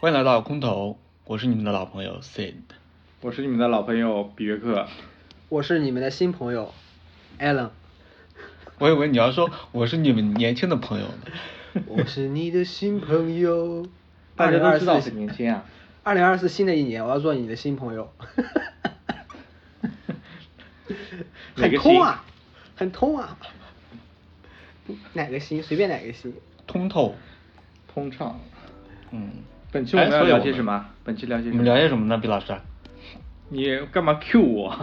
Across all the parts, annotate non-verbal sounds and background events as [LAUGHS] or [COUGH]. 欢迎来到空投，我是你们的老朋友 Sid。我是你们的老朋友比约克，我是你们的新朋友 [LAUGHS] a l a n 我以为你要说我是你们年轻的朋友呢。我是你的新朋友。 [LAUGHS] 大家都知道2024很年轻啊。二零二四新的一年，我要做你的新朋 [LAUGHS] 友。哪很个通啊，很通啊。哪个新？随便哪个新。通透， [LAUGHS] 通畅。嗯。本期我们哎要所以聊些什么？本期聊些你什们么？聊些什么呢，毕老师？你干嘛 Q 我？ [LAUGHS]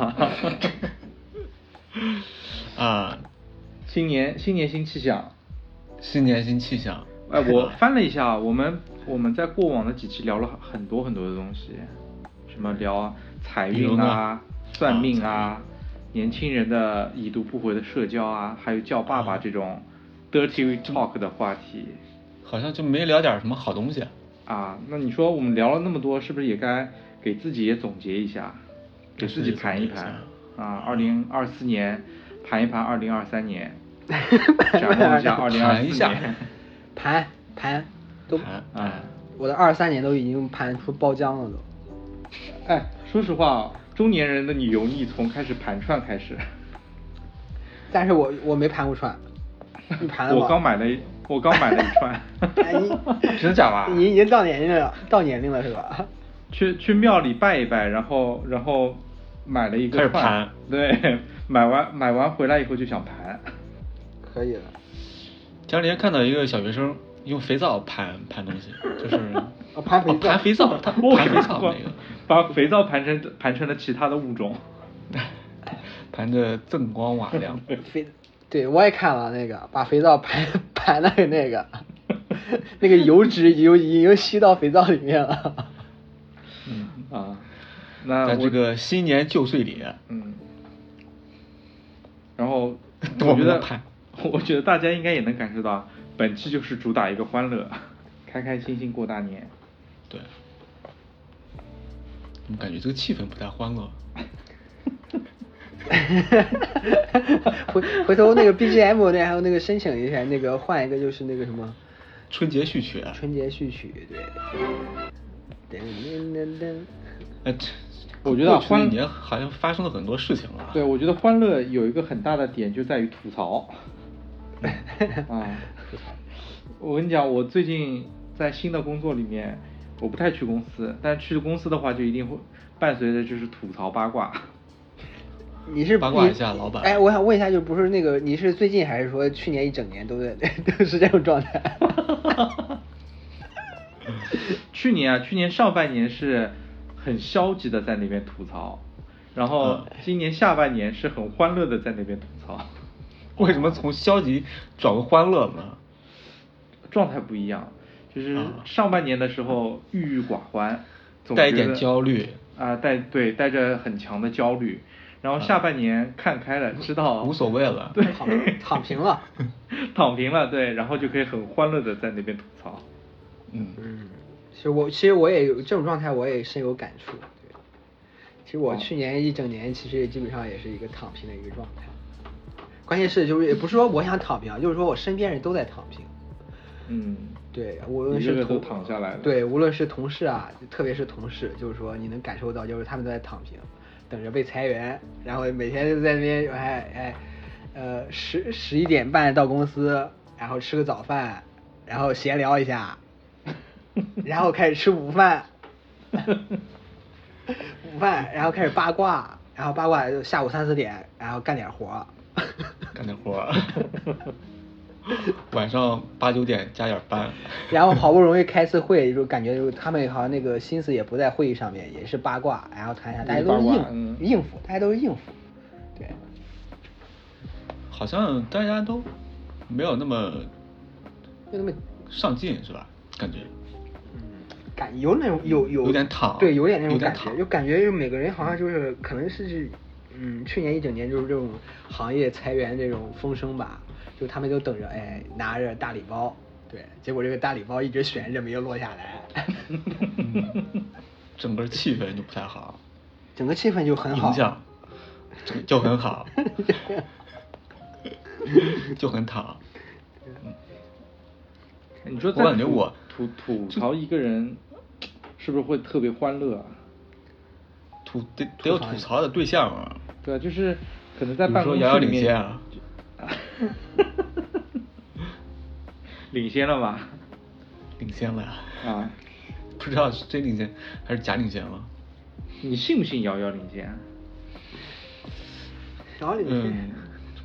啊， [LAUGHS] 新年新年新气 [LAUGHS] 象。新年新气象。哎，我翻了一下，我们我们在过往的几期聊了很多很多的东西，什么聊财比如运呢啊、算命啊啊、年轻人的已读不回的社交啊，还有叫爸爸这种 dirty talk 的话 [LAUGHS] 题好像就没聊点什么好东西。啊。那你说我们聊了那么多，是不是也该给自己也总结一下，给自己盘一盘啊？二零二四年盘一盘二零二三 [LAUGHS] 年，展望一下二零二盘一四下年盘盘都，盘 [LAUGHS] 哎啊。我的二三年都已经盘出包浆了都。哎，说实话，中年人的你油腻从开始盘串开始。但是我我没盘过串，你盘了吗？。我刚买了一，我刚买了一串哎你 [LAUGHS] 真的啊假的？你已经到年龄了，到年龄了是吧？去去庙里拜一拜，然后然后买了一开个始串盘对， [LAUGHS] 买完买完回来以后就想盘。可以了。前两天看到一个小学生用肥皂盘盘东西，就是 [LAUGHS] 哦盘肥哦皂盘肥 [LAUGHS] 皂，他我盘肥皂那个，把肥皂盘成盘成了其他的物种。 [LAUGHS] 盘的锃光瓦 [LAUGHS] 亮。肥，对我也看了那个，把肥皂 [LAUGHS] 盘盘那个那个，那个油脂已经已经吸到肥皂里面了。 [LAUGHS] 啊，那嗯在我这个新年旧岁里，啊嗯，[LAUGHS] 然后我我觉们的得派， [LAUGHS] 我觉得大家应该也能感受到，本期就是主打一个欢乐，开开心心过大年。对，怎么感觉这个气氛不太欢乐？回回头那个 BGM 那还有那个申请一下，那个换一个就是那个什么春节序曲，啊春节序曲，对。噔噔噔呃，这我觉得啊过去的一欢年好像发生了很多事情了。对，，我觉得欢乐有一个很大的点就在于吐槽。 [LAUGHS] 啊，我跟你讲，我最近在新的工作里面，我不太去公司，但去公司的话，就一定会伴随着就是吐槽八卦。你是八卦一你下老板哎，我想问一下，就不是那个，你是最近还是说去年一整年都在 [LAUGHS] 都是这种状态？ [LAUGHS] 去年啊，去年上半年是很消极的在那边吐槽，然后今年下半年是很欢乐的在那边吐槽， [LAUGHS] 为什么从消极转为欢乐呢？状态不一样。就是啊上半年的时候郁郁寡欢，总带一觉点得焦虑啊、带对带着很强的焦虑，然后下半年看开了，知道啊无所谓了 [LAUGHS] 对，躺躺平了。 [LAUGHS] 躺平了，对，然后就可以很欢乐的在那边吐槽。嗯，嗯，其实我其实我也有这种状态，我也深有感触。对，其实我哦去年一整年，其实也基本上也是一个躺平的一个状态。关键是就是也不是说我想躺平啊，就是说我身边人都在躺平。嗯，对，无论一个是个都同躺下来了对，无论是同事啊，特别是同事，就是说你能感受到，就是他们都在躺平，等着被裁员，然后每天就在那边哎哎，呃十十一点半到公司，然后吃个早饭，然后闲聊 [LAUGHS] 一下，然后开始吃午饭，午饭，然后开始八卦，然后八卦就下午三四点，然后干点活儿。干点 [LAUGHS] [LAUGHS] 活儿， [LAUGHS] 晚上八九点加点班，然后好不容易开次会，就感觉就他们好像那个心思也不在会议上面，也是八卦，然后谈一下，大家都是八卦应、嗯应付，大家都是应付，对，好像大家都没有那么就那么，上进，是吧？感觉嗯，感有那种有有有点躺对，有点那种有点感觉，躺就感觉就每个人好像就是可能是是，嗯，去年一整年就是这种行业裁员这种风声吧，就他们都等着，哎，拿着大礼包，对，结果这个大礼包一直悬着没有落下来，嗯 [LAUGHS] 嗯整个气氛就不太好， [LAUGHS] 整个气氛就很好，影响就就很好， [LAUGHS] 就很躺。你说我在感觉吐我吐吐槽一个人，是不是会特别欢乐啊？吐得得有吐槽的对象啊。对啊，就是可能在比如办说公室遥遥里领面先啊就， [LAUGHS] 领先了吧？领先了呀。啊，不知道是真领先还是假领先了。你信不信遥遥领先？啊然后你嗯，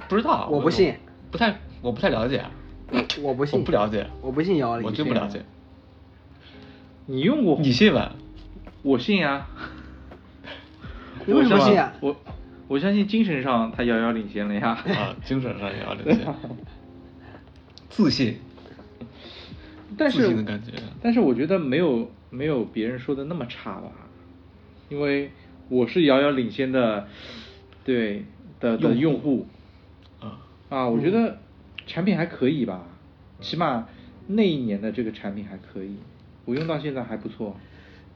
不知道，我不信，不太，我不太了解，我不信，我不了解我不信姚玲，我真不了解。你用过？你信吧？我信啊。你为什么我信啊我我相信精神上他遥遥领先了呀。啊，精神上也要领 [LAUGHS] 先，自信， [LAUGHS] 但自是信的感觉但是我觉得没有没有别人说的那么差吧，因为我是遥遥领先的，对的的用户啊，啊，我觉得产品还可以吧，起码那一年的这个产品还可以，我用到现在还不错。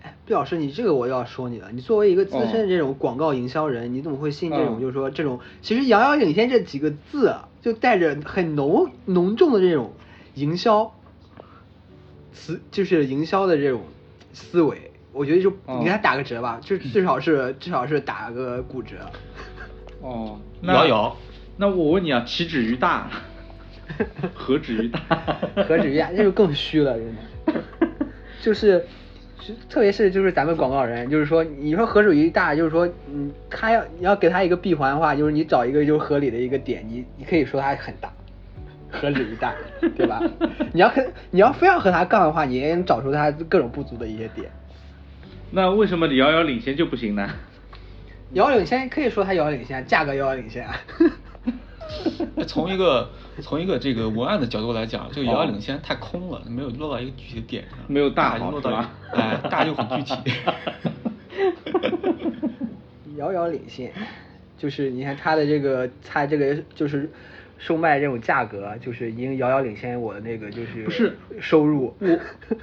哎，毕老师，你这个我要说你了。你作为一个资深哦的这种广告营销人，你怎么会信这嗯种？就是说，这种其实“遥遥领先”这几个字啊，就带着很浓浓重的这种营销词，就是营销的这种思维。我觉得就哦嗯你给他打个折吧，就至少是至少是打个骨折。哦，那摇摇，那我问你啊，岂止于大， [LAUGHS] 何止于大？ [LAUGHS] 何止于啊，那就更虚了，真 [LAUGHS] 的。就是，就特别是就是咱们广告人，就是说，你说何止于大，就是说，嗯，他要你要给他一个闭环的话，就是你找一个就是合理的一个点，你你可以说他 [LAUGHS] 很大，何止于大，对吧？你要跟你要非要和他杠的话，你也能找出他各种不足的一些点。嗯那为什么你遥遥领先就不行呢？遥遥领先可以说他遥遥领先，价格遥遥领先。 [LAUGHS] [LAUGHS] 哎 [LAUGHS] 从一个从一个这个文案的角度来讲，这个遥遥领先太空了，没有落到一个具体的点上，没有大大好又落到一是个吧哎大又很具 [LAUGHS] 体，遥遥领先，就是你看它的这个，它这个就是售卖这种价格，就是已经遥遥领先我的那个就是不是收入。我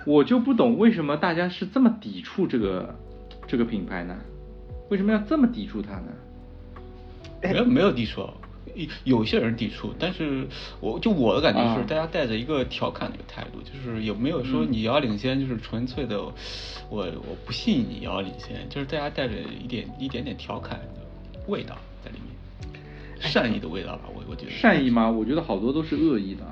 我就不懂为什么大家是这么抵触这个这个品牌呢？为什么要这么抵触它呢？没有没有抵触。有有些人抵触，但是我就我的感觉是，啊大家带着一个调侃的一个态度，就是也没有说嗯你遥遥领先，就是纯粹的，我我不信你遥遥领先，就是大家带着一点一点点调侃的味道在里面，善意的味道吧，我我觉得哎善意吗？我觉得好多都是恶意的，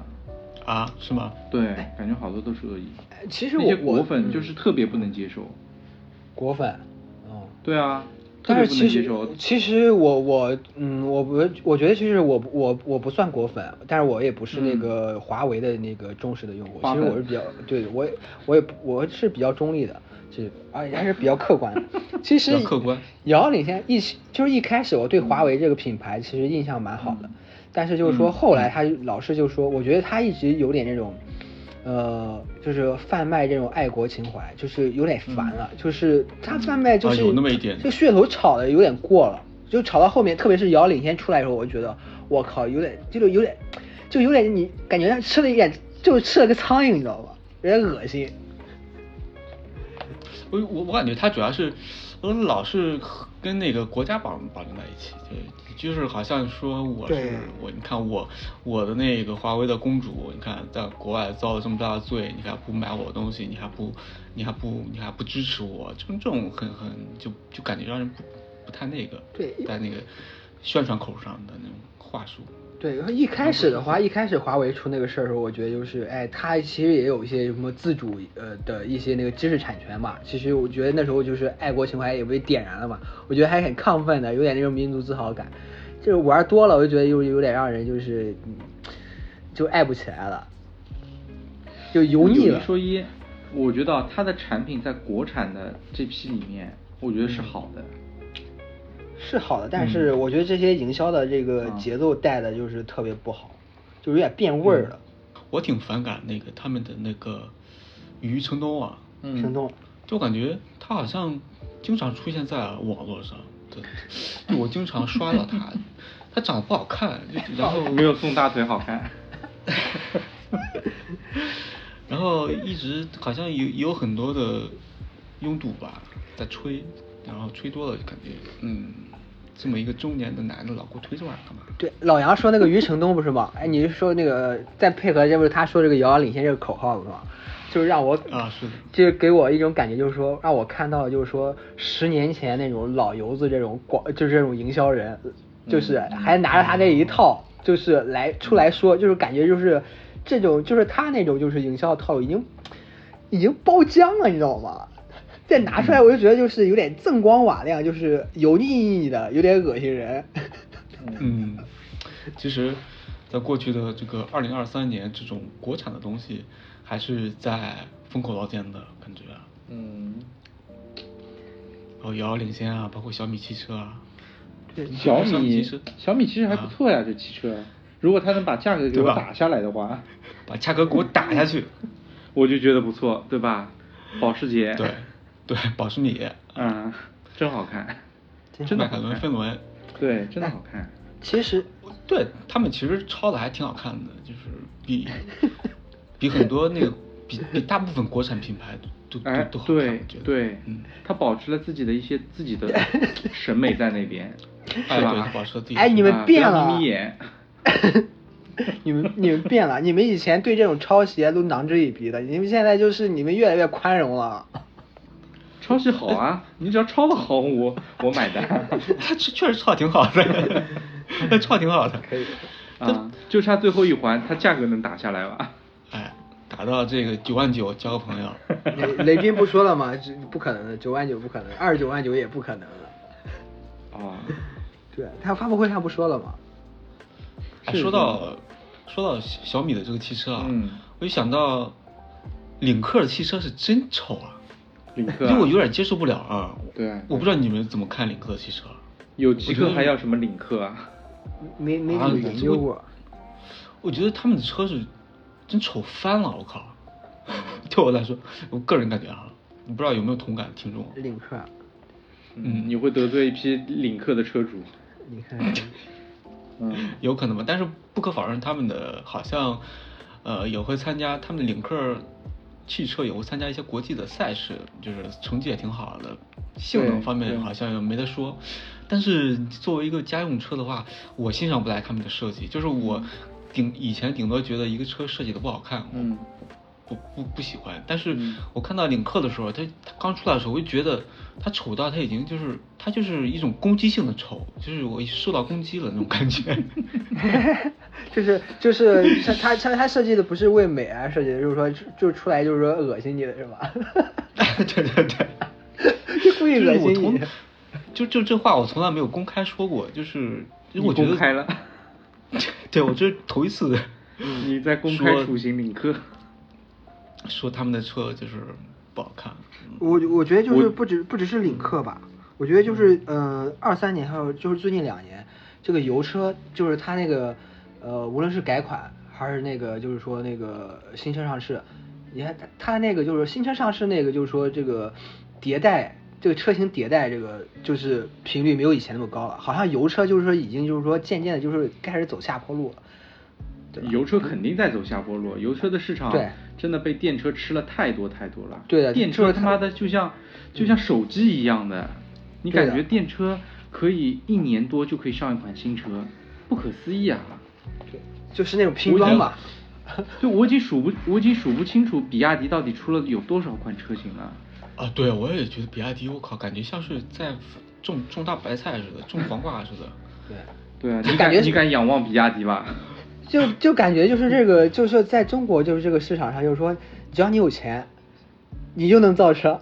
啊，是吗？对，感觉好多都是恶意。哎其实那些我我嗯果粉就是特别不能接受， [LAUGHS] 果粉，嗯，对啊，特但别是不其能接实受。其实我我嗯我不我觉得其实我不我我不算果粉，但是我也不是那嗯个华为的那个忠实的用户，花其实粉我是比较对我也我也不我是比较中立的，这而且还是比较客观的。[LAUGHS] 其实比较客观遥遥领先一起就是一开始我对华为这个品牌其实印象蛮好的，嗯但是就是说后来他老是就说，我觉得他一直有点这种。呃，就是贩卖这种爱国情怀，就是有点烦了。就是他贩卖，就啊是、嗯有那么一点就噱头炒的有点过了，就炒到后面，特别是姚领先出来的时候，我就觉得我靠，有点就是有点，就有点你感觉像吃了一点，就是吃了个苍蝇，你知道吧？有点恶心。我我我感觉他主要是，呃，老是和跟那个国家绑绑定在一起，就就是好像说我对是我，你看我我的那个华为的公主，你看在国外遭了这么大的罪，你还不买我的东西，你还不你还不你还不支持我，这种这种很很就就感觉让人不不太那个，对在那个宣传口上的那种话术，对，然后一开始的话，一开始华为出那个事儿的时候，我觉得就是，哎，它其实也有一些什么自主呃的一些那个知识产权嘛。其实我觉得那时候就是爱国情怀也被点燃了嘛，我觉得还很亢奋的，有点那种民族自豪感。就是玩多了，我就觉得有有点让人就是，嗯就爱不起来了，就油腻有了一。说一，我觉得啊它的产品在国产的这批里面，我觉得是好的。嗯是好的，但嗯是我觉得这些营销的这个啊节奏带的就是特别不好，就有点变味儿嗯了。我挺反感那个他们的那个余承东啊，嗯生动。就感觉他好像经常出现在网络上，对，就我经常刷到 [LAUGHS] 他，他长得不好看，就然后哦没有宋大腿好 [LAUGHS] 看。 [LAUGHS] 然后一直好像有有很多的拥堵吧，在吹，然后吹多了就感觉，嗯，这么一个中年的男的老给我推这玩意儿干嘛？对，老杨说那个余承东不是吗？哎，你是说那个再配合这不是他说这个遥遥领先这个口号是吗？就是让我啊是的就是给我一种感觉，就是说让我看到，就是说十年前那种老油子这种广，就是这种营销人，就是嗯还拿着他这一套，就是来出来说，就是感觉就是这种，就是他那种就是营销套路已经已经包浆了，你知道吗？再拿嗯出来，我就觉得就是有点锃光瓦亮，就是油腻腻的，有点恶心人。 [LAUGHS] 嗯，其实，在过去的这个二零二三年，这种国产的东西还是在风口浪尖的感觉，嗯，然后遥遥领先啊，包括小米汽车啊，嗯小小米其米实小米其实还不错啊呀，这汽车，如果它能把价格给对我吧打下来的话，把价格给我打下 [LAUGHS] 去。我就觉得不错，对吧？保时捷，对，对，保时米，嗯，真好看，真的迈好凯看伦、飞轮，对，真哎的好看。其实 [LAUGHS] 对他们其实抄的还挺好看的，就是 [LAUGHS] 比比很多那个比比大部分国产品牌都都哎，都好看，对我觉得。对嗯，，他保持了自己的一些自 [LAUGHS] 己的审美在那边，哎，是对，吧它？保持了自己的哎，你啊们不变要了，眯眯眼你们你们变了，你们以前对这种抄袭啊都囊之以鼻的，你们现在就是你们越来越宽容了。抄袭好 [LAUGHS] 啊，你只要抄的好，我我买单。啊他 [LAUGHS] 确确实唱得挺好的，[LAUGHS] 嗯他唱得挺好的，可以。啊，就差最后一环，它价格能打下来吧？哎，打到这个九万九，交个朋 [LAUGHS] 友。雷雷军不说了吗？这不可能的，九万九不可能，二十九万九也不可能了。哦啊，对他发布会上不说了吗？哎，是说到说到小小米的这个汽车啊，嗯我就想到领克的汽车是真丑啊，领因克啊为我有点接受不了啊。对我不知道你们怎么看领克的汽车。有极客还要什么领克啊？没没啊怎么研究过。我觉得他们的车是真丑翻了，我靠！嗯 [LAUGHS] 对我来说，我个人感觉啊，我不知道有没有同感听众。啊领克，嗯你会得罪一批领克的车主。你看， [LAUGHS] 嗯，有可能吧，但是不可否认，他们的好像，呃，也会参加他们的领克汽车也会参加一些国际的赛事，就是成绩也挺好的，性能方面好像也没得说。但是作为一个家用车的话，我欣赏不来他们的设计，就是我顶以前顶多觉得一个车设计的不好看，嗯我不不不喜欢。但是嗯我看到领克的时候，它它刚出来的时候，我就觉得它丑到它已经就是它就是一种攻击性的丑，就是我受到攻击了那种感觉。就是就是他他他他设计的不是为美而设计的，就是说就出来就是说恶心你的是吧？ [LAUGHS] 对对对，就故意就是恶我心从你。就就这话我从来没有公开说过，就是因为我觉你公得开了， [LAUGHS] 对我这是头一次 [LAUGHS] [LAUGHS] 你在公开处刑领克。说他们的车就是不好看，嗯我我觉得就是我不止不只是领克吧，我觉得就是嗯二三年还有就是最近两年，这个油车就是它那个呃无论是改款还是那个就是说那个新车上市，你看它它那个就是新车上市那个就是说这个迭代这个车型迭代这个就是频率没有以前那么高了，好像油车就是说已经就是说渐渐的就是开始走下坡路了，对吧？油车肯定在走下坡路，油车的市场对真的被电车吃了太多太多了。对的电就车是他它妈的就像就像手机一样的，你对的感觉电车可以一年多就可以上一款新车，不可思议啊！对，就是那种拼装嘛。就我已经数不 [LAUGHS] 我已经数不清楚比亚迪到底出了有多少款车型了。啊，对我也觉得比亚迪，我靠，感觉像是在种种大白菜似的，种黄瓜似的。对。对啊，就你感觉敢你敢仰望比亚迪 [LAUGHS] 吧？就就感觉就是这个，就是说在中国就是这个市场上，就是说只要你有钱，你就能造车，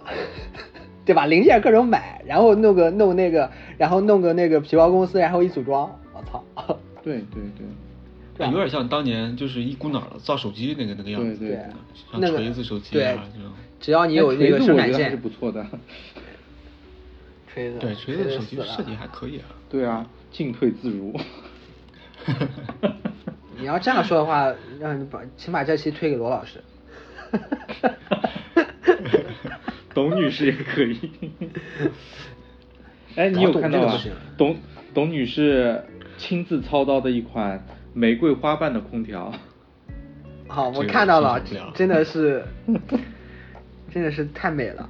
[LAUGHS] 对吧？零件各种买，然后弄个弄那个，然后弄个那个皮包公司，然后一组装，我操！对对对，对啊有点像当年就是一股脑儿的造手机那个那个样子，对对像那个锤子手机对啊这种。，只要你有那个锤子生我觉产得还是线不，错的。锤子对，锤子手机死了设计还可以啊。 [LAUGHS] 对啊，进退自如。你要这样说的话，让你把请把这期推给罗老 [LAUGHS] 师。董女士也可 [LAUGHS] 以。哎，你有看到搞懂这个啊不行？董董女士亲自操刀的一款玫瑰花瓣的空调，好，我这个看到了欣赏不了，真 [LAUGHS] 的是，真的是太美了。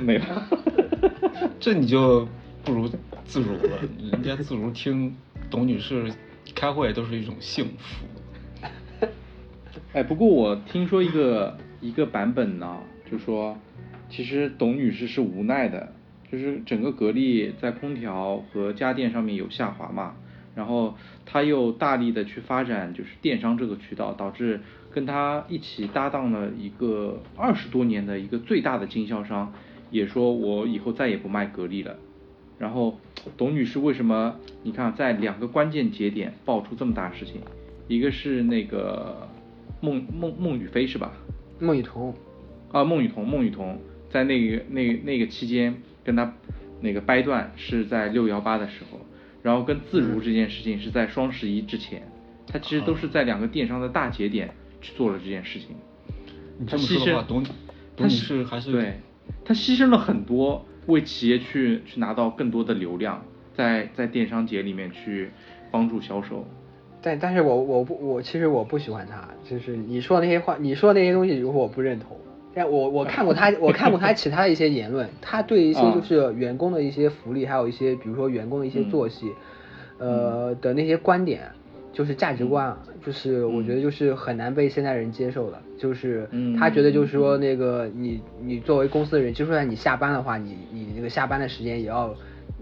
没了。 [LAUGHS] 这你就不如自如了，人家自如听董女士开会都是一种幸福。哎，不过我听说一个一个版本呢，就说其实董女士是无奈的，就是整个格力在空调和家电上面有下滑嘛，然后她又大力的去发展就是电商这个渠道，导致跟她一起搭档了一个二十多年的一个最大的经销商，也说我以后再也不卖格力了。然后董女士为什么你看在两个关键节点爆出这么大事情，一个是那个孟孟孟雨霏是吧？孟雨桐，啊，孟雨桐，孟雨桐在那个那个那个期间跟她那个掰断是在六幺八的时候，然后跟自如这件事情是在双十一之前，她其实都是在两个电商的大节点去做了这件事情。你她这么牺说的牲话，董她董女牺士还是对，她牺牲了很多，为企业去去拿到更多的流量，在在电商节里面去帮助销售。但但是我我不我其实我不喜欢他，就是你说那些话，你说那些东西，如果我不认同，但我我看过他，我看过他其他的一些言论，他对一些啊就是员工的一些福利，还有一些比如说员工的一些嗯作息，呃的那些观点，就是价嗯值观啊，就是我觉得就是很难被现代人接受的，就是嗯他觉得就是说那个你你作为公司的人，就算你下班的话，你你那个下班的时间也要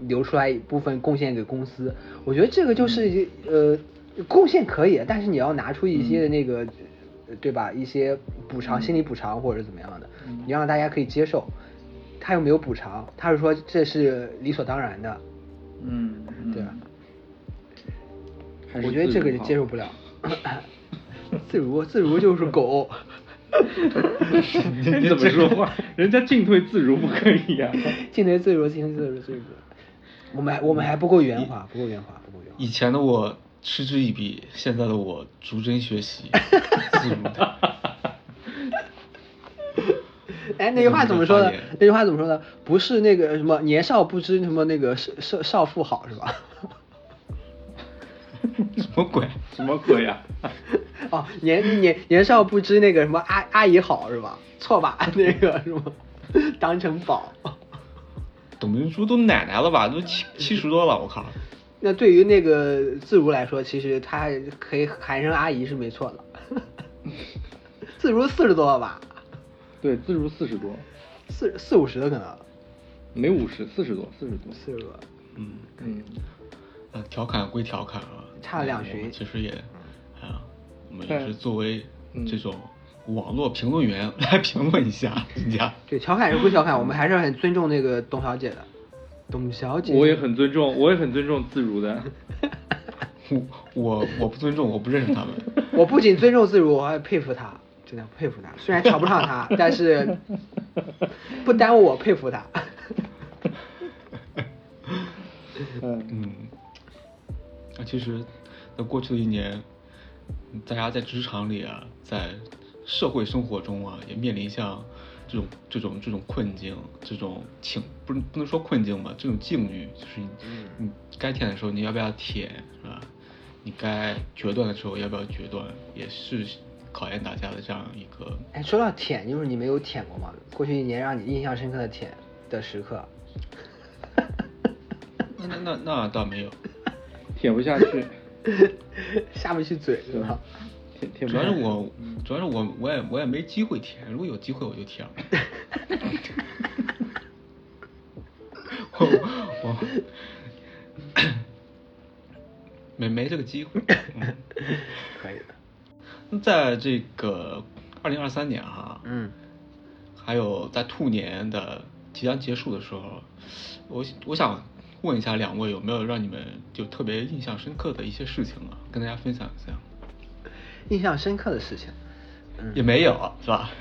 留出来一部分贡献给公司。我觉得这个就是一呃贡献可以，但是你要拿出一些那个、呃对吧？一些补偿，心理补偿或者怎么样的，你让大家可以接受。他又没有补偿，他是说这是理所当然的，嗯，嗯对吧？还是我觉得这自个是如好接受 [LAUGHS] 不了。自如，自如就是狗。嗯 [LAUGHS] 你怎么说话？人家进退自如不可以啊。 [LAUGHS] 进贼自如，进贼自如，自如。我们还我们还不够圆滑，不够圆滑，不够圆滑。以前的我嗤之以鼻，现在的我逐帧学习，自如的。 [LAUGHS] 哎，那句话怎么说的那个发言？那句话怎么说的？不是那个什么年少不知什么那个少少少妇好是吧？ [LAUGHS] 什么鬼？什么鬼啊？哦，年年年少不知那个什么阿阿姨好是吧？ [LAUGHS] 错把那个什么当成宝。董明珠都奶奶了吧？都 [LAUGHS] 七七十多了，我靠！那对于那个自如来说，其实他可以喊声阿姨是没错的。 [LAUGHS] 自如四十多了吧？对，自如四十多，四四五十的可能，没五十，四十多，四十多。四十多。嗯，嗯，呃，调侃归调侃啊，差了两我们旬其实也啊，我们也但是作为嗯这种网络评论员来评论一下人家。对，调侃是归调侃，我们还是很尊重那个董小姐的。董小姐，我也很尊重，我也很尊重自如的。我 [LAUGHS] 我我不尊重，我不认识他们。 [LAUGHS] 我不仅尊重自如，我还佩服她，真的佩服她。虽然瞧不上她，[LAUGHS] 但是不耽误我佩服她。 [LAUGHS] 嗯，嗯，那啊其实，那过去的一年，大家在职场里啊，在社会生活中啊，也面临像这种这种这种困境，这种情不能不能说困境吧，这种境遇，就是你你该舔的时候你要不要舔，是吧？你该决断的时候要不要决断，也是考验大家的这样一个 [LAUGHS] 哎，说到舔，就是你没有舔过吗？过去一年让你印象深刻的舔的时刻， [LAUGHS] 那那那那倒没有，舔不下去，下不去嘴是吧？舔舔主不要下是去。我，主要是我，我也我也没机会舔，如果有机会我就舔了。 [LAUGHS] 我我没没这个机会。嗯可以的。那在这个二零二三年哈、嗯，还有在兔年的即将结束的时候，我我想问一下两位有没有让你们就特别印象深刻的一些事情啊，跟大家分享一下。印象深刻的事情，嗯，也没有啊是吧？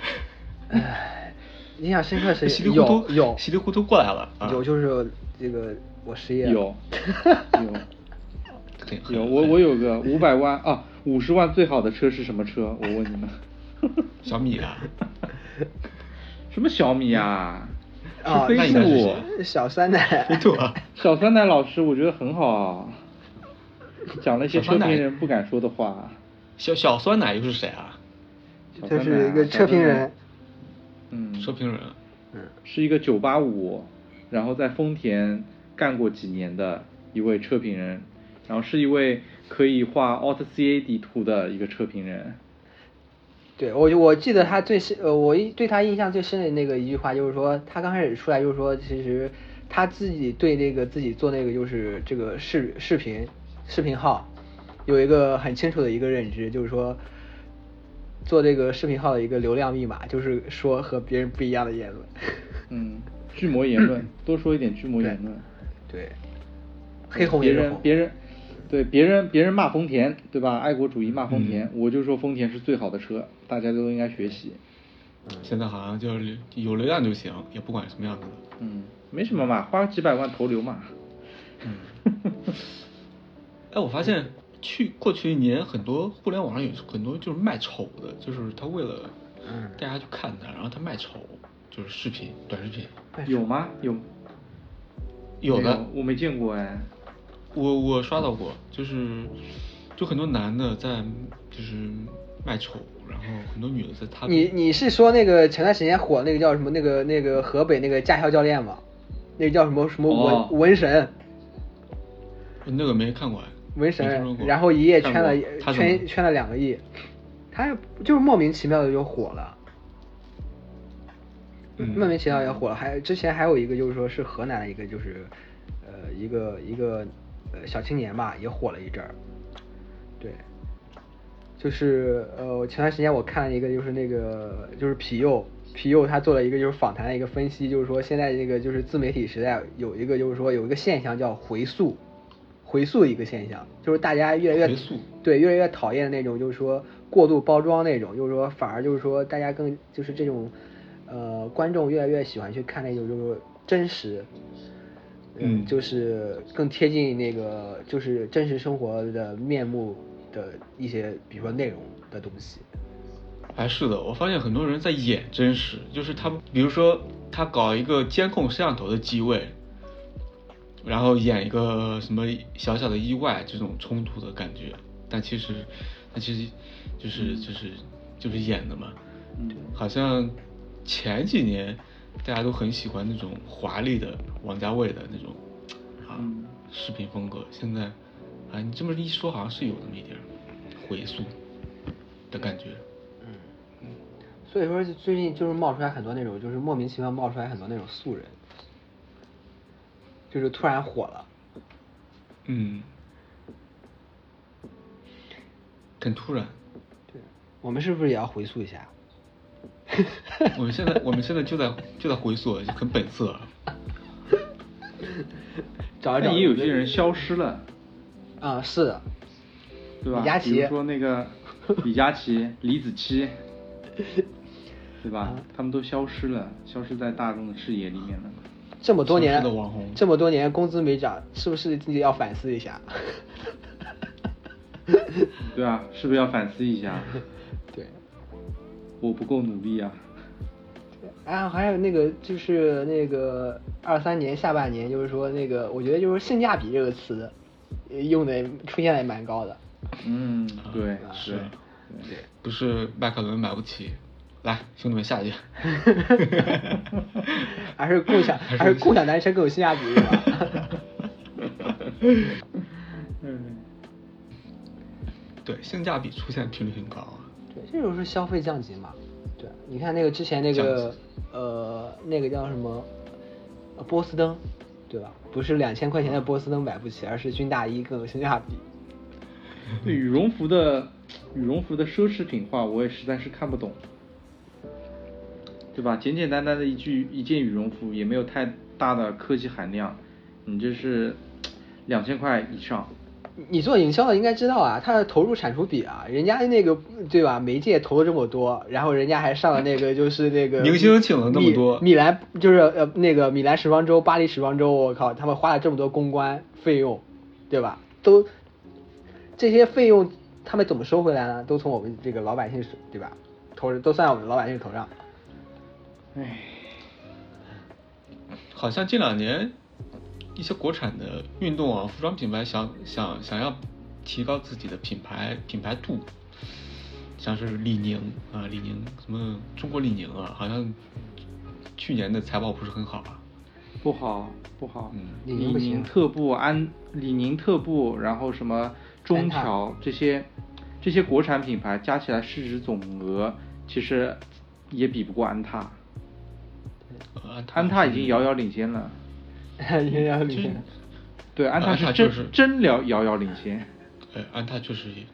唉印象深刻的事稀情里糊有涂有稀里糊涂过来了啊，有就是这个我失业了 [LAUGHS] 有，对有有，我我有个五百万啊，五十万最好的车是什么车？我问你们， [LAUGHS] 小米啊，什么小米啊？ [LAUGHS] 啊是那飞应该是度谁，小三奶 [LAUGHS] 飞度啊，小酸奶老师我觉得很好啊，讲了一些小酸车奶评人不敢说的话。小小酸奶又是谁啊？小就酸奶是啊一个小车酸评奶人，嗯，车评人，嗯，是一个九八五，然后在丰田干过几年的一位车评人，然后是一位可以画 AutoCAD 图的一个车评人。对我我记得他最深，呃，我一对他印象最深的那个一句话就是说，他刚开始出来就是说，其实他自己对那个自己做那个就是这个视视频视频号有一个很清楚的一个认知，就是说做这个视频号的一个流量密码，就是说和别人不一样的言论。嗯，巨魔言 [CLEARS THROAT] 论，多说一点巨魔言论。 [LAUGHS] 对，黑红别也是人红别人，对别人别人骂丰田，对吧？爱国主义骂丰嗯田，我就说丰田是最好的车，大家都应该学习。嗯现在好像就是有流量就行，也不管什么样子的。嗯，没什么嘛，花几百万投流嘛。 [LAUGHS] 嗯 [LAUGHS] 哎，我发现去过去一年，很多互联网上有很多就是卖丑的，就是他为了嗯大家去看他，然后他卖丑，就是视频、短视频，有吗？有。有没的我没见过哎。我我刷到过，就是就很多男的在就是卖丑，然后很多女的在他你你是说那个前段时间火那个叫什么那个那个河北那个驾校教练吗？那个叫什么什么文、哦文神，那个没看过哎，文没听神说，过然后一夜圈看了过他怎么圈圈了两个亿，他就是莫名其妙的就火了，嗯莫名其妙也火了。还之前还有一个就是说是河南的一个就是，呃，一个一个呃小青年吧，也火了一阵儿，对。就是呃，我前段时间我看了一个，就是那个就是皮佑，皮佑他做了一个就是访谈的一个分析，就是说现在这个就是自媒体时代有一个就是说有一个现象叫回溯，回溯一个现象，就是大家越来越回溯对越来越讨厌那种就是说过度包装那种，就是说反而就是说大家更就是这种呃观众越来越喜欢去看那种就是真实，嗯就是更贴近那个就是真实生活的面目的一些，比如说内容的东西。还哎是的，我发现很多人在演真实，就是他，比如说他搞一个监控摄像头的机位，然后演一个什么小小的意外这种冲突的感觉，但其实，但其实就是就是就是演的嘛。嗯好像前几年大家都很喜欢那种华丽的王家卫的那种啊嗯视频风格，现在啊你这么一说，好像是有那么一点儿回溯的感觉。所以说，最近就是冒出来很多那种，就是莫名其妙冒出来很多那种素人，就是突然火了。嗯，很突然。对，我们是不是也要回溯一下？ [LAUGHS] 我们现在我们现在就在就在回溯，很本色。找一找但也有些人消失了，啊、是的，对吧？李佳比琦如说那 [LAUGHS] 个李佳琦、李子柒，对吧？啊他们都消失了，消失在大众的视野里面了。这么多消失年的网红这么多年工资没涨，是不是自己要反思一下？ [LAUGHS] 对啊，是不是要反思一 [LAUGHS] 下？对，我不够努力 [LAUGHS] 啊。啊，还有那个就是那个二三年下半年，就是说那个，我觉得就是性价比这个词呃用的出现的也蛮 [LAUGHS] 高的。嗯，对，啊是对对，不是迈凯伦买不起。来，兄弟们下去。还是共享，还是共享单车更有性价比是吧？ [LAUGHS] 嗯，对，性价比出现频率很高啊。对，这就是消费降级嘛。对，你看那个之前那降个级呃那个叫什么呃波司登，对吧？不是两千块钱的波司登买不起，而是军大衣更有性价比。对羽绒服的羽绒服的奢侈品化，我也实在是看不懂，对吧？简简单单的一句一件羽绒服，也没有太大的科技含量，你这是两千块以上，你做营销的应该知道啊，它的投入产出比啊，人家那个对吧？媒介投了这么多，然后人家还上了那个就是那个明星请了那么米多米兰就是呃那个米兰时装周、巴黎时装周，我靠，他们花了这么多公关费用，对吧？都这些费用他们怎么收回来呢？都从我们这个老百姓手对吧？头都算我们老百姓头上。 [LAUGHS] 唉，好像近两年一些国产的运动啊、服装品牌想想想要提高自己的品牌品牌度，像是李宁啊、李宁什么中国李宁啊，好像去年的财报不是很好啊。不好不好，嗯李李宁不行宁特步安李宁特步，然后什么中安踏条这些这些国产品牌加起来市值总额其实也比不过安踏，呃安踏已经遥遥领先了。也要嗯就是领对，安踏安是踏真、啊就是真遥遥遥领先。对，哎安踏确实也，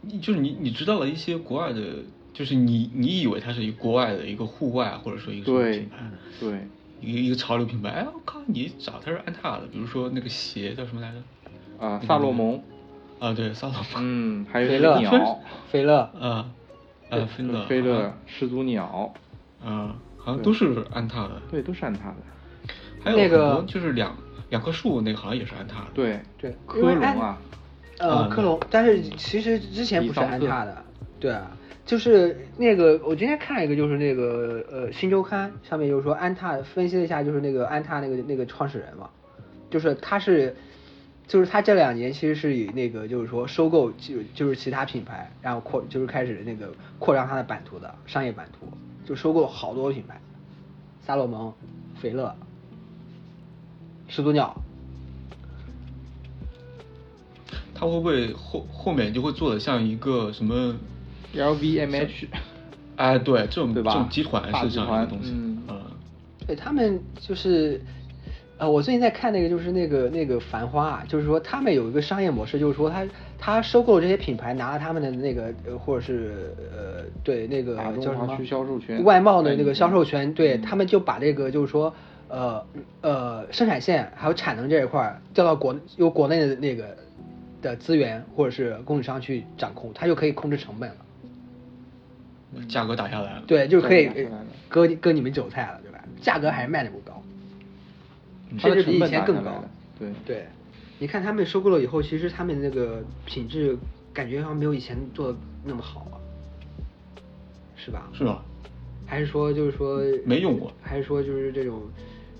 你就是你你知道了一些国外的，就是你你以为它是一个国外的一个户外啊或者说一个什么对品牌，对，一个一个潮流品牌，哎，我靠，你找它是安踏的，比如说那个鞋叫什么来着？啊、嗯萨洛蒙，啊，对，萨洛蒙，嗯，还有菲一乐个鸟，，菲乐， [LAUGHS] 啊啊，菲乐，飞乐啊，始祖鸟，啊，好像都是安踏的，对，都是安踏的。还有那很个多就是两两棵树，那个好像也是安踏的，对对科因为隆安啊，呃，嗯科隆，但是其实之前不是安踏的，对啊，就是那个我今天看了一个，就是那个呃《新周刊》上面就是说安踏分析了一下，就是那个安踏那个那个创始人嘛，就是他是，就是他这两年其实是以那个就是说收购就就是其他品牌，然后扩就是开始那个扩张他的版图的商业版图，就收购好多品牌，萨洛蒙、斐乐、始祖鸟，它会不会后后面就会做的像一个什么？ ，LVMH，哎，对，这种对吧这种集团大是集这样一个团东西，啊嗯对他们就是，呃，我最近在看那个，就是那个那个《繁花》啊，就是说他们有一个商业模式，就是说他他收购了这些品牌，拿了他们的那个呃或者是呃对那个打中叫什华么区销售权外贸的代那个理销售权权，对嗯他们就把这个就是说呃呃生产线还有产能这一块儿调到国由国内的那个的资源或者是供应商去掌控，他就可以控制成本了，嗯，价格打下来了，对，就可以价呃格拿下来了割割你们韭菜了，对吧？价格还是卖的不高。嗯甚至比以前它的成更本打下来高了。对对，你看他们收购了以后，其实他们那个品质感觉好像没有以前做的那么好啊，是吧？是吧？还是说就是说没用过还是说就是这种，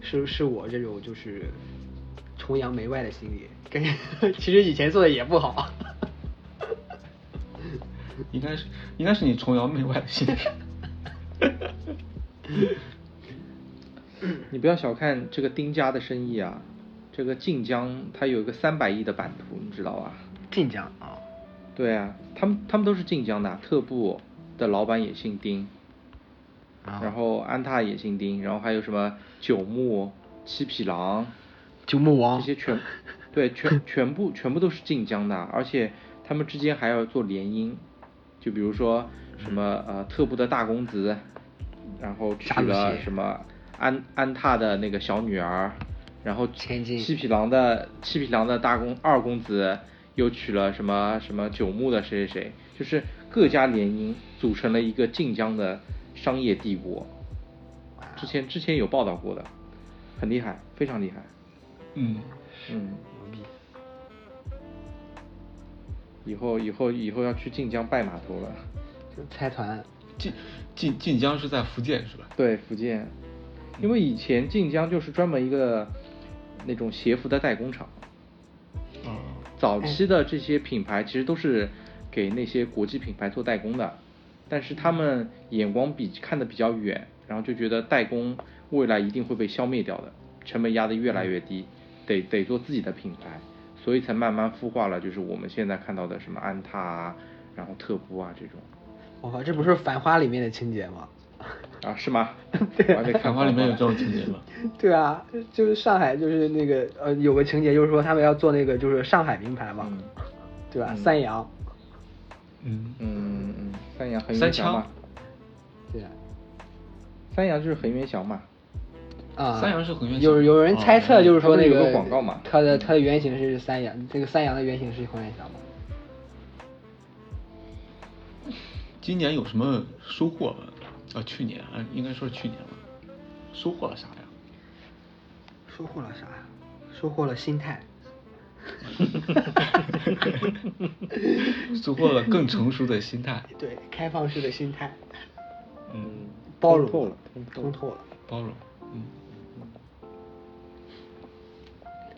是是我这种就是崇洋媚外的心理，感觉 [LAUGHS] 其实以前做的也不好。 [LAUGHS] 应该是应该是你崇洋媚外的心理。你不要小看这个丁家的生意啊，这个晋江它有一个三百亿的版图，你知道吧？晋江啊，对啊，他们他们都是晋江的啊，特步的老板也姓丁，啊然后安踏也姓丁，然后还有什么九牧、七匹狼，九牧王这些全对 [LAUGHS] 全全部全部都是晋江的啊，而且他们之间还要做联姻，就比如说什么嗯呃特步的大公子，然后扎娶鲁了西什么安安踏的那个小女儿，然后千金七匹狼的七匹狼的大公二公子又娶了什么什么九牧的谁谁谁，就是各家联姻组成了一个晋江的商业帝国，之前之前有报道过的，很厉害，非常厉害。 [LAUGHS] 嗯，嗯，以后以后以后要去晋江拜码头了。就财团，晋晋晋江是在福建是吧？对，福建，因为以前晋江就是专门一个那种鞋服的代工厂，哦，早期的这些品牌其实都是给那些国际品牌做代工的，但是他们眼光比看得比较远，然后就觉得代工未来一定会被消灭掉的，成本压得越来越低，得得做自己的品牌，所以才慢慢孵化了，就是我们现在看到的什么安踏啊，然后特步啊这种，我靠，这不是《繁花》里面的情节吗？ [LAUGHS] 啊是 [LAUGHS] 吗？对，我还没看繁花里面有这 [LAUGHS] 种情节吗？对啊，就是上海，就是那个呃，有个情节就是说他们要做那个就是上海名牌嘛，嗯对吧？嗯三洋，嗯嗯嗯嗯，三阳恒三源祥枪嘛，对啊，三阳就是恒源祥嘛，啊，三洋是恒源祥有有人猜测就是说那哦它不是有个个广告嘛它的它的原型是三洋，这个三洋的原型是恒源祥嘛？今年有什么收获吗？啊，去年啊，应该说是去年了，收获了啥呀？ [LAUGHS] 收获了啥呀？收获了心 [LAUGHS] 态，收获了更成熟的心态，对，开放式的心态，嗯，包容通透了通透了。包容，嗯，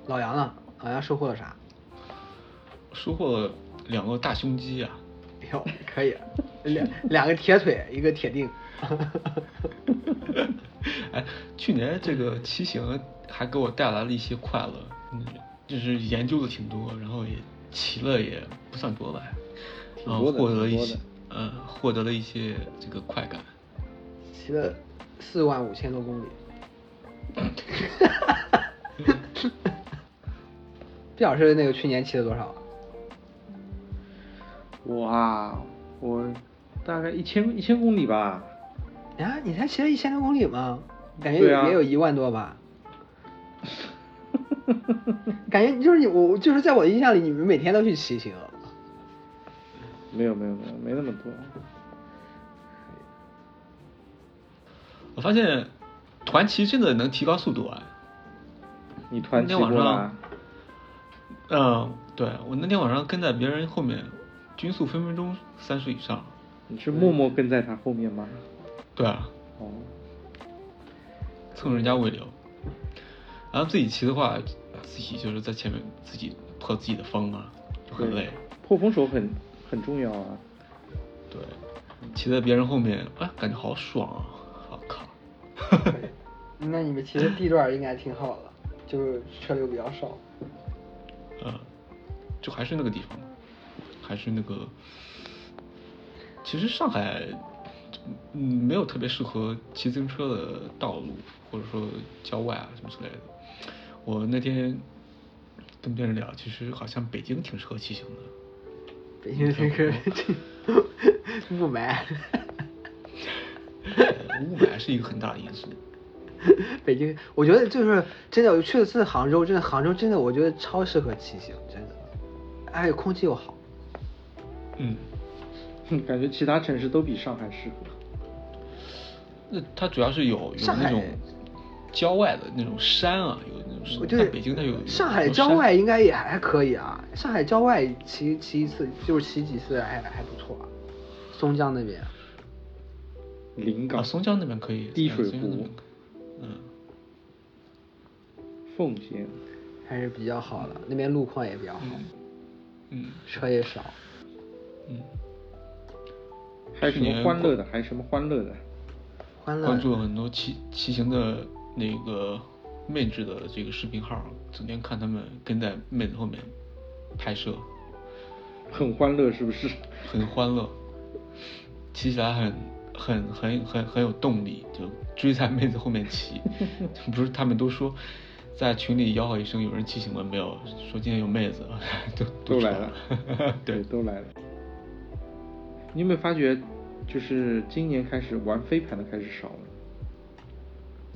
老杨呢？老杨收获了啥？ [LAUGHS] 收获了两个大胸肌啊，哟，哎可 [LAUGHS] 以，啊两两个铁腿，一个铁腚。 [LAUGHS] 哎，去年这个骑行还给我带来了一些快乐，嗯，就是研究的挺多，然后也骑了也不算多吧，挺嗯，多的，获得了挺一多些的。呃，获得了一些这个快感。 [LAUGHS] 骑了四万五千多公里， [LAUGHS] 毕老师那个去年骑了多少啊？哇，我大概一千一千公里吧， [LAUGHS] 啊，你才骑了一千多公里吗？感觉对也,、啊有一万多吧。感觉就是你我就是在我的印象里，你们每天都去骑 [LAUGHS] 行。没有没有没有没那么多。我发现团骑真的能提高速度啊。你团骑那天过晚啦上？，嗯，对我那天晚上跟在别人后面，均速分分钟三十以上。你是默默跟在他后面吗？对啊，哦，蹭人家尾流。然后自己骑的话，自己就是在前面自己破自己的风啊，就很对累。破风手很很重要啊。 [LAUGHS] 对，骑在别人后面，哎，感觉好爽啊！我靠，那你们骑的地段应该挺好的，就是车流比较少。嗯，就还是那个地方，还是那个。其实上海，嗯，没有特别适合骑自行车的道路，或者说郊外啊什么之类的。我那天跟别人聊，其实好像北京挺适合骑行的。 [LAUGHS] 北京这个 [LAUGHS] 雾霾， [LAUGHS] 呃雾霾是一个很大的因素。北京，我觉得就是真的，我去了次杭州，真的杭州真的我觉得超适合骑行，真的，而且空气又好。嗯，哼感觉其他城市都比上海适合。那它主要是有有上海那种郊外的那种山啊，有那种山。我觉得但北京它有上海有郊山外应该也还可以啊，上海郊外骑骑一次就是骑几次还还不错、啊，松江那边。啊，临港、松江那边可以，滴啊水松江那湖边可以嗯，奉贤，还是比较好的，那边路况也比较好，嗯车也少。嗯，还有什去么年欢乐的？还有什么欢乐的？欢乐关注了很多骑骑行的那个妹子的这个视频号，整天看他们跟在妹子后面拍摄，很欢乐是不是？很欢乐，骑起来很很很很很有动力，就追在妹子后面骑。不是他们都说在群里吆喝一声，有人骑行了没有？说今天有妹子， [LAUGHS] 都都出，来了 [LAUGHS] 对，都来了。你有没有发觉，就是今年开始玩飞盘的开始少了？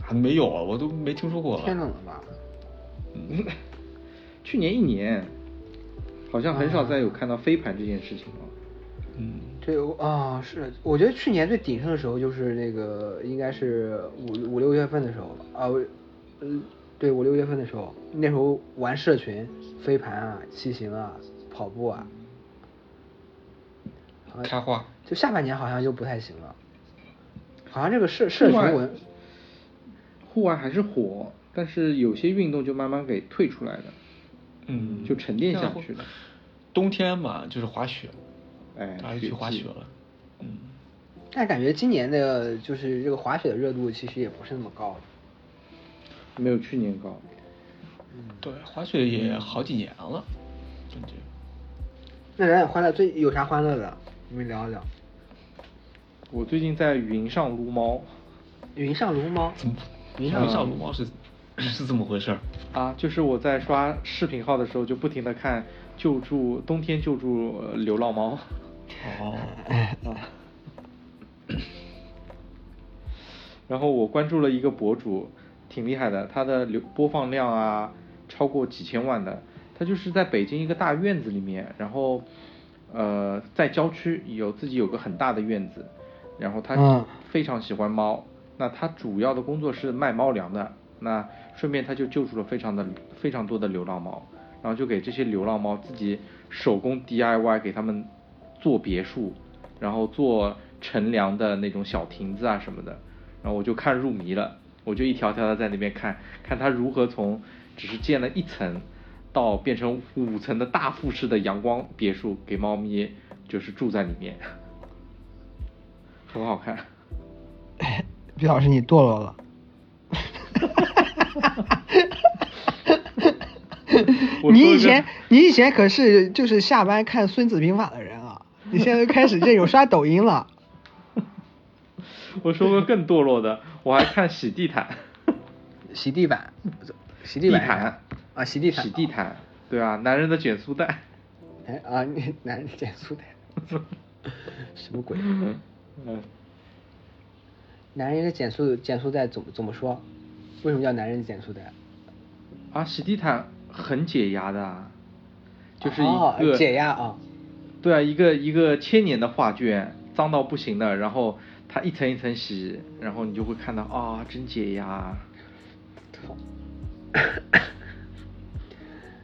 还没有啊，我都没听说过。天冷了吧？嗯， [LAUGHS] 去年一年，好像很啊少再有看到飞盘这件事情了。嗯，对，我啊、是，我觉得去年最鼎盛的时候就是那个，应该是五五六月份的时候吧，啊，我嗯，对，五六月份的时候，那时候玩社群、飞盘啊、骑行啊、跑步啊，好像开花就下半年好像就不太行了，好像这个社社群文，户外还是火，但是有些运动就慢慢给退出来了，嗯，就沉淀下然后去了。冬天嘛，就是滑雪，哎大家就啊去滑雪雪季了。嗯，但感觉今年的就是这个滑雪的热度其实也不是那么高，没有去年高。嗯对，滑雪也好几年了，感觉。那咱俩欢乐最有啥欢乐的？你们聊一聊。我最近在云上撸猫，云上撸猫，怎么啊云上上撸猫是是这么回事儿？啊，就是我在刷视频号的时候，就不停的看救助冬天救助呃流浪猫。哦，啊。然后我关注了一个博主，挺厉害的，他的流播放量啊超过几千万的。他就是在北京一个大院子里面，然后呃在郊区有自己有个很大的院子，然后他嗯非常喜欢猫。那他主要的工作是卖猫粮的，那顺便他就救助了非常的非常多的流浪猫，然后就给这些流浪猫自己手工 DIY 给他们做别墅，然后做乘凉的那种小亭子啊什么的，然后我就看入迷了，我就一条条的在那边看，看他如何从只是建了一层，到变成五层的大复式的阳光别墅给猫咪，就是住在里面， [LAUGHS] 很好看。 [LAUGHS] 毕老师你堕落了。我说你一以个前你以前可是就是下班看《孙子兵法》的人啊，你现在就开始这种刷抖音了。 [LAUGHS] 我说过更堕落的，我还看洗地毯， [LAUGHS] 洗地板，洗地地板毯啊， [LAUGHS] 洗地毯，洗地毯，对啊，男人的卷速带，哎啊，你男人减速带，什么鬼？嗯，男人的减速减速带怎么怎么说？为什么叫男人减速带？啊，洗地毯很解压的啊，就是哦一个解压啊。对啊，一个一个千年的画卷，脏到不行的，然后它一层一层洗，然后你就会看到啊、真解压。操！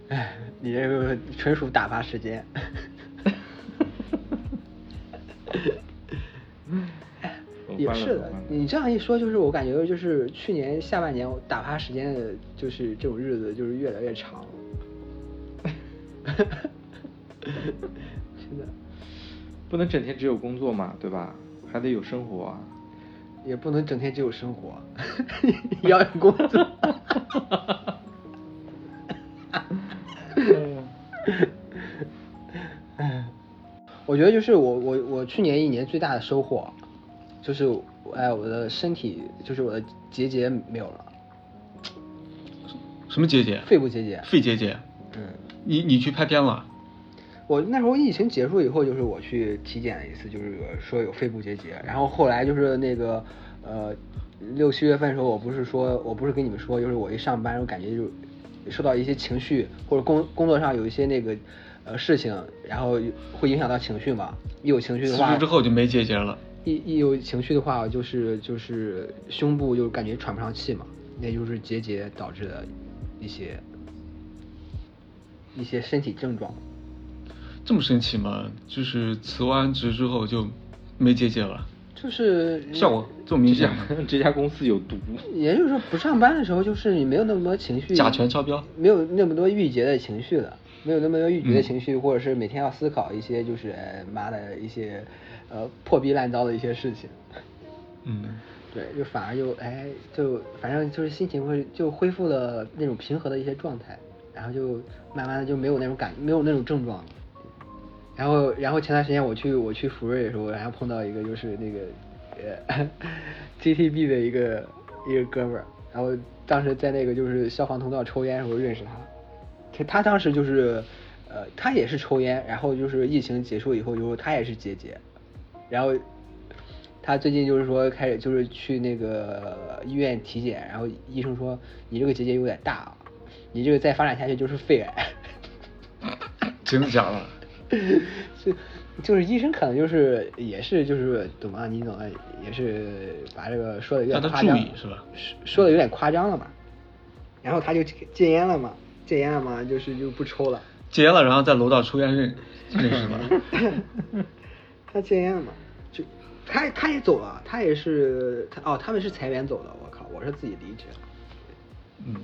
哎， [LAUGHS] 你这个纯属打发时间。也是的，你这样一说，就是我感觉就是去年下半年我打发时间的，就是这种日子就是越来越长。 [LAUGHS] 真的，不能整天只有工作嘛，对吧？还得有生活啊。也不能整天只有生活， [LAUGHS] 要有工作。我觉得就是我我我去年一年最大的收获，就是我哎我的身体就是我的结节没有了，什么结节？肺部结节。肺结节。嗯，你你去拍片了？我那时候疫情结束以后，就是我去体检了一次，就是有说有肺部结节，然后后来就是那个呃六七月份的时候，我不是说我不是跟你们说，就是我一上班，我感觉就受到一些情绪或者工工作上有一些那个呃事情，然后会影响到情绪嘛，一有情绪辞的话，职之后就没结节了。一一有情绪的话，就是就是胸部就感觉喘不上气嘛，那就是结节导致的一些一些身体症状。这么神奇吗？就是辞完职之后就没结节了，就是效果这么这明显家吗？这家公司有毒。也就是说，不上班的时候，就是你没有那么多情绪，甲醛超标嗯没有那么多郁结的情绪了，没有那么多郁结的情绪，或者是每天要思考一些就是哎妈的一些呃破逼烂糟的一些事情，嗯，对，就反而就哎就反正就是心情会就恢复了那种平和的一些状态，然后就慢慢的就没有那种感没有那种症状了。然后，然后前段时间我去我去福瑞的时候，然后碰到一个就是那个呃 [LAUGHS] GTB 的一个一个哥们儿，然后当时在那个就是消防通道抽烟的时候认识他，他他当时就是呃他也是抽烟，然后就是疫情结束以后，就是他也是结节，然后他最近就是说开始就是去那个医院体检，然后医生说你这个结节有点大啊，你这个再发展下去就是肺癌。 [LAUGHS] 真的假的？就就是医生可能就是也是就是懂吗？你懂啊？也是把这个说的有让点他夸注张，意是吧说说的有点夸张了嘛，然后他就戒烟了嘛，戒烟了嘛，就是就不抽了。结了，然后在楼道抽烟认认识 [LAUGHS] 了。他戒烟了嘛，就他他也走了，他也是他哦，他们是裁员走的，我靠，我是自己离职的。嗯，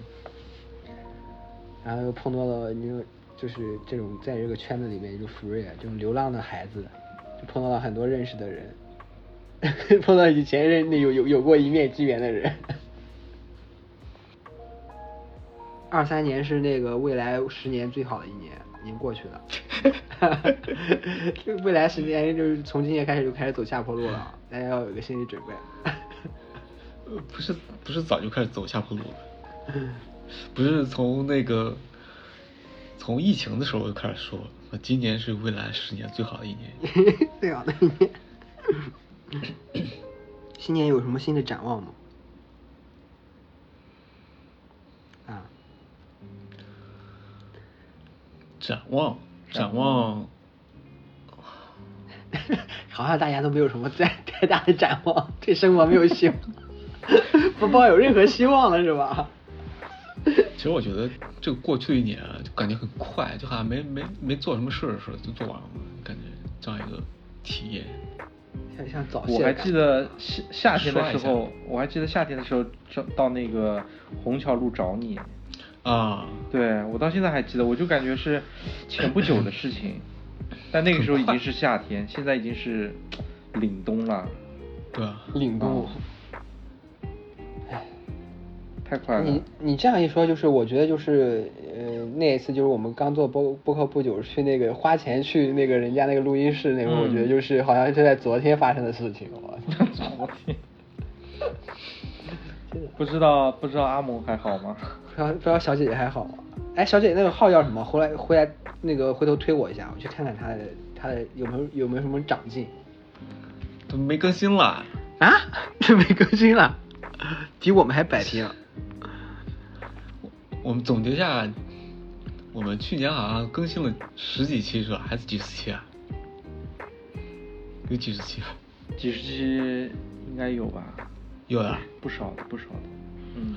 然后又碰到了你就就是这种在这个圈子里面就福瑞啊这种流浪的孩子，就碰到了很多认识的人， [LAUGHS] 碰到以前认那有有有过一面之缘的人。 [LAUGHS] 二三年是那个未来十年最好的一年，已经过去了。 [LAUGHS] 未来十年就是从今年开始就开始走下坡路了，大家要有一个心理准备。呃不是不是早就开始走下坡路了？嗯不是从那个从疫情的时候就开始说，呃今年是未来十年最好的一年。 [LAUGHS] 最好的一年。 [COUGHS] 新年有什么新的展望吗？啊， [LAUGHS] 展望，展望，好像大家都没有什么太太大的展望，对生活没有 [LAUGHS] 希望，不抱有任何希望了是吧？其实我觉得这个过去的一年啊，就感觉很快，就好像没没没做什么事儿似的就做完了，感觉这样一个体验。像像早泄我的还感记觉得夏夏天的时刷一候，我还记得夏天的时候找到那个虹桥路找你，啊，对我到现在还记得，我就感觉是前不久的事情，但那个时候已经是夏天，现在已经是凛冬了。嗯对啊，领悟。哎，太快了你。你这样一说，就是我觉得就是呃那一次就是我们刚做播播客不久，去那个花钱去那个人家那个录音室那会儿，我觉得就是好像是在昨天发生的事情。 [LAUGHS] 我操昨天 [LAUGHS] 不知道不知道阿姆还好吗？不知道不知道小姐姐还好吗？哎，小姐姐那个号叫什么？回来回来那个回头推我一下，我去看看她的她的有没有有没有什么长进怎么没更新了？啊？这没更新了，比我们还摆平。我们总结一下，我们去年好像更新了十几期是吧？还是几十期啊？有几十期啊？几十期应该有吧，有的。不少的不少的。嗯，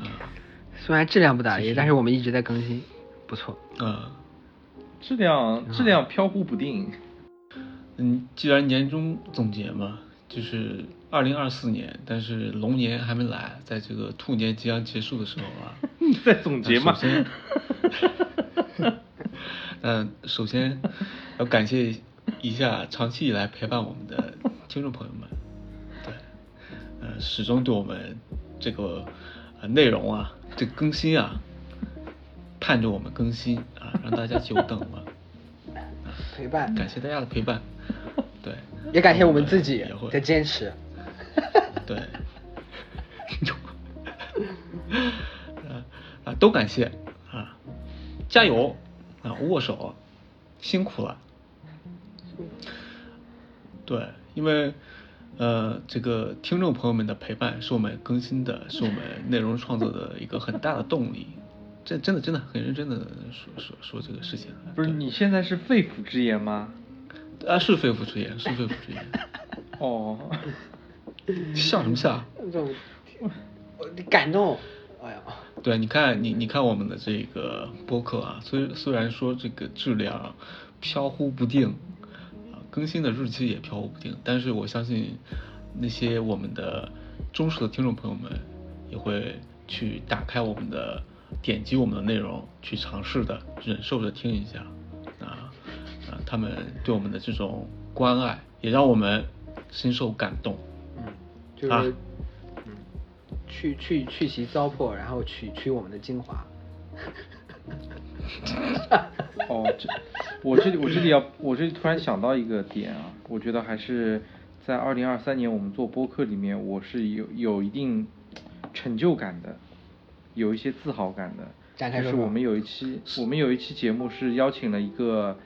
虽然质量不咋地，但是我们一直在更新，不错。嗯，质量质量飘忽不定。嗯，既然年终总结嘛，就是二零二四年，但是龙年还没来，在这个兔年即将结束的时候啊，你 [LAUGHS] 在总结嘛首先，那呃首先要感谢一下长期以来陪伴我们的听众朋友们，对，呃，始终对我们这个、呃、内容啊，这个更新啊，盼着我们更新啊，让大家久等了，陪伴，感谢大家的陪伴，对，也感谢我们自己也会的坚持。对， [LAUGHS] 啊啊，都感谢啊，加油啊，握手，辛苦了。对，因为呃，这个听众朋友们的陪伴是我们更新的，是我们内容创作的一个很大的动力。这真的真的很认真的说说说这个事情，不是对你现在是肺腑之言吗？啊，是肺腑之言，是肺腑之言，哦， [LAUGHS] [LAUGHS] 笑什么笑？这种我感动，哎呀，对，你看你你看我们的这个播客啊，虽虽然说这个质量啊飘忽不定，啊，更新的日期也飘忽不定，但是我相信那些我们的忠实的听众朋友们也会去打开我们的，点击我们的内容，去尝试的忍受着听一下，啊啊，他们对我们的这种关爱，也让我们深受感动。嗯，就是、啊嗯，去去去其糟粕，然后取取我们的精华。哦，这我这里我这里要我这里突然想到一个点啊，我觉得还是在二零二三年我们做播客里面，我是有有一定成就感的，有一些自豪感的。展开就说是说我们有一期我们有一期节目是邀请了一个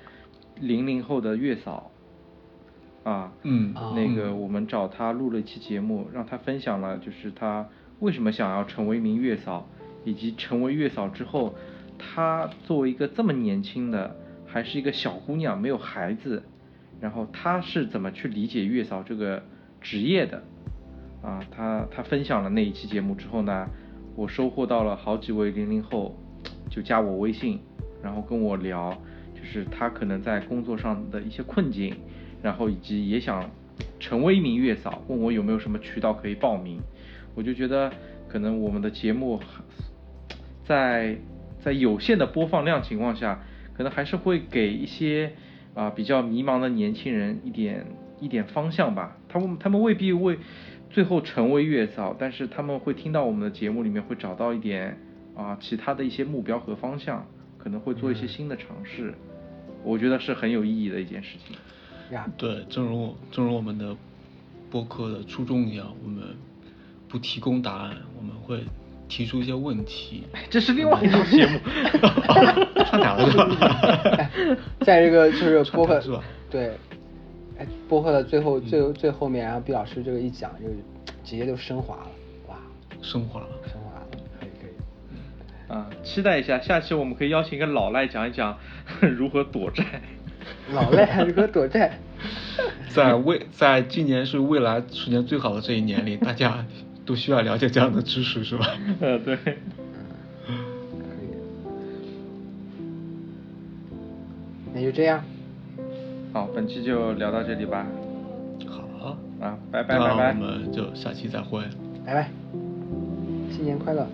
零零后的月嫂，啊，嗯那个嗯我们找她录了一期节目，让她分享了就是她为什么想要成为一名月嫂，以及成为月嫂之后，她作为一个这么年轻的，还是一个小姑娘，没有孩子，然后她是怎么去理解月嫂这个职业的？啊，她她分享了那一期节目之后呢，我收获到了好几位零零后，就加我微信，然后跟我聊，就是他可能在工作上的一些困境，然后以及也想成为一名月嫂，问我有没有什么渠道可以报名。我就觉得可能我们的节目还在在有限的播放量情况下，可能还是会给一些啊、比较迷茫的年轻人一点一点方向吧。他们他们未必为最后成为月嫂，但是他们会听到我们的节目里面会找到一点啊、其他的一些目标和方向，可能会做一些新的尝试。我觉得是很有意义的一件事情。呀，对，正如正如我们的播客的初衷一样，我们不提供答案，我们会提出一些问题。哎这是另外一种节目。上哪了是吧？在这个就是 [LAUGHS] 播传客达是吧？嗯对，哎，播客的最后最后最后面，然后毕老师这个一讲，就直接就升华了，哇，升华了。升华了，可以可以， [LAUGHS] 啊，期待一下，下期我们可以邀请一个老赖讲一讲如何躲债。老赖还是个躲债。在未在今年是未来十年最好的这一年里，大家都需要了解这样的知识，是吧？ [LAUGHS] 呃，对，可以，那就这样，好，本期就聊到这里吧。好，啊，拜拜那拜拜。我们就下期再会。拜拜，新年快乐。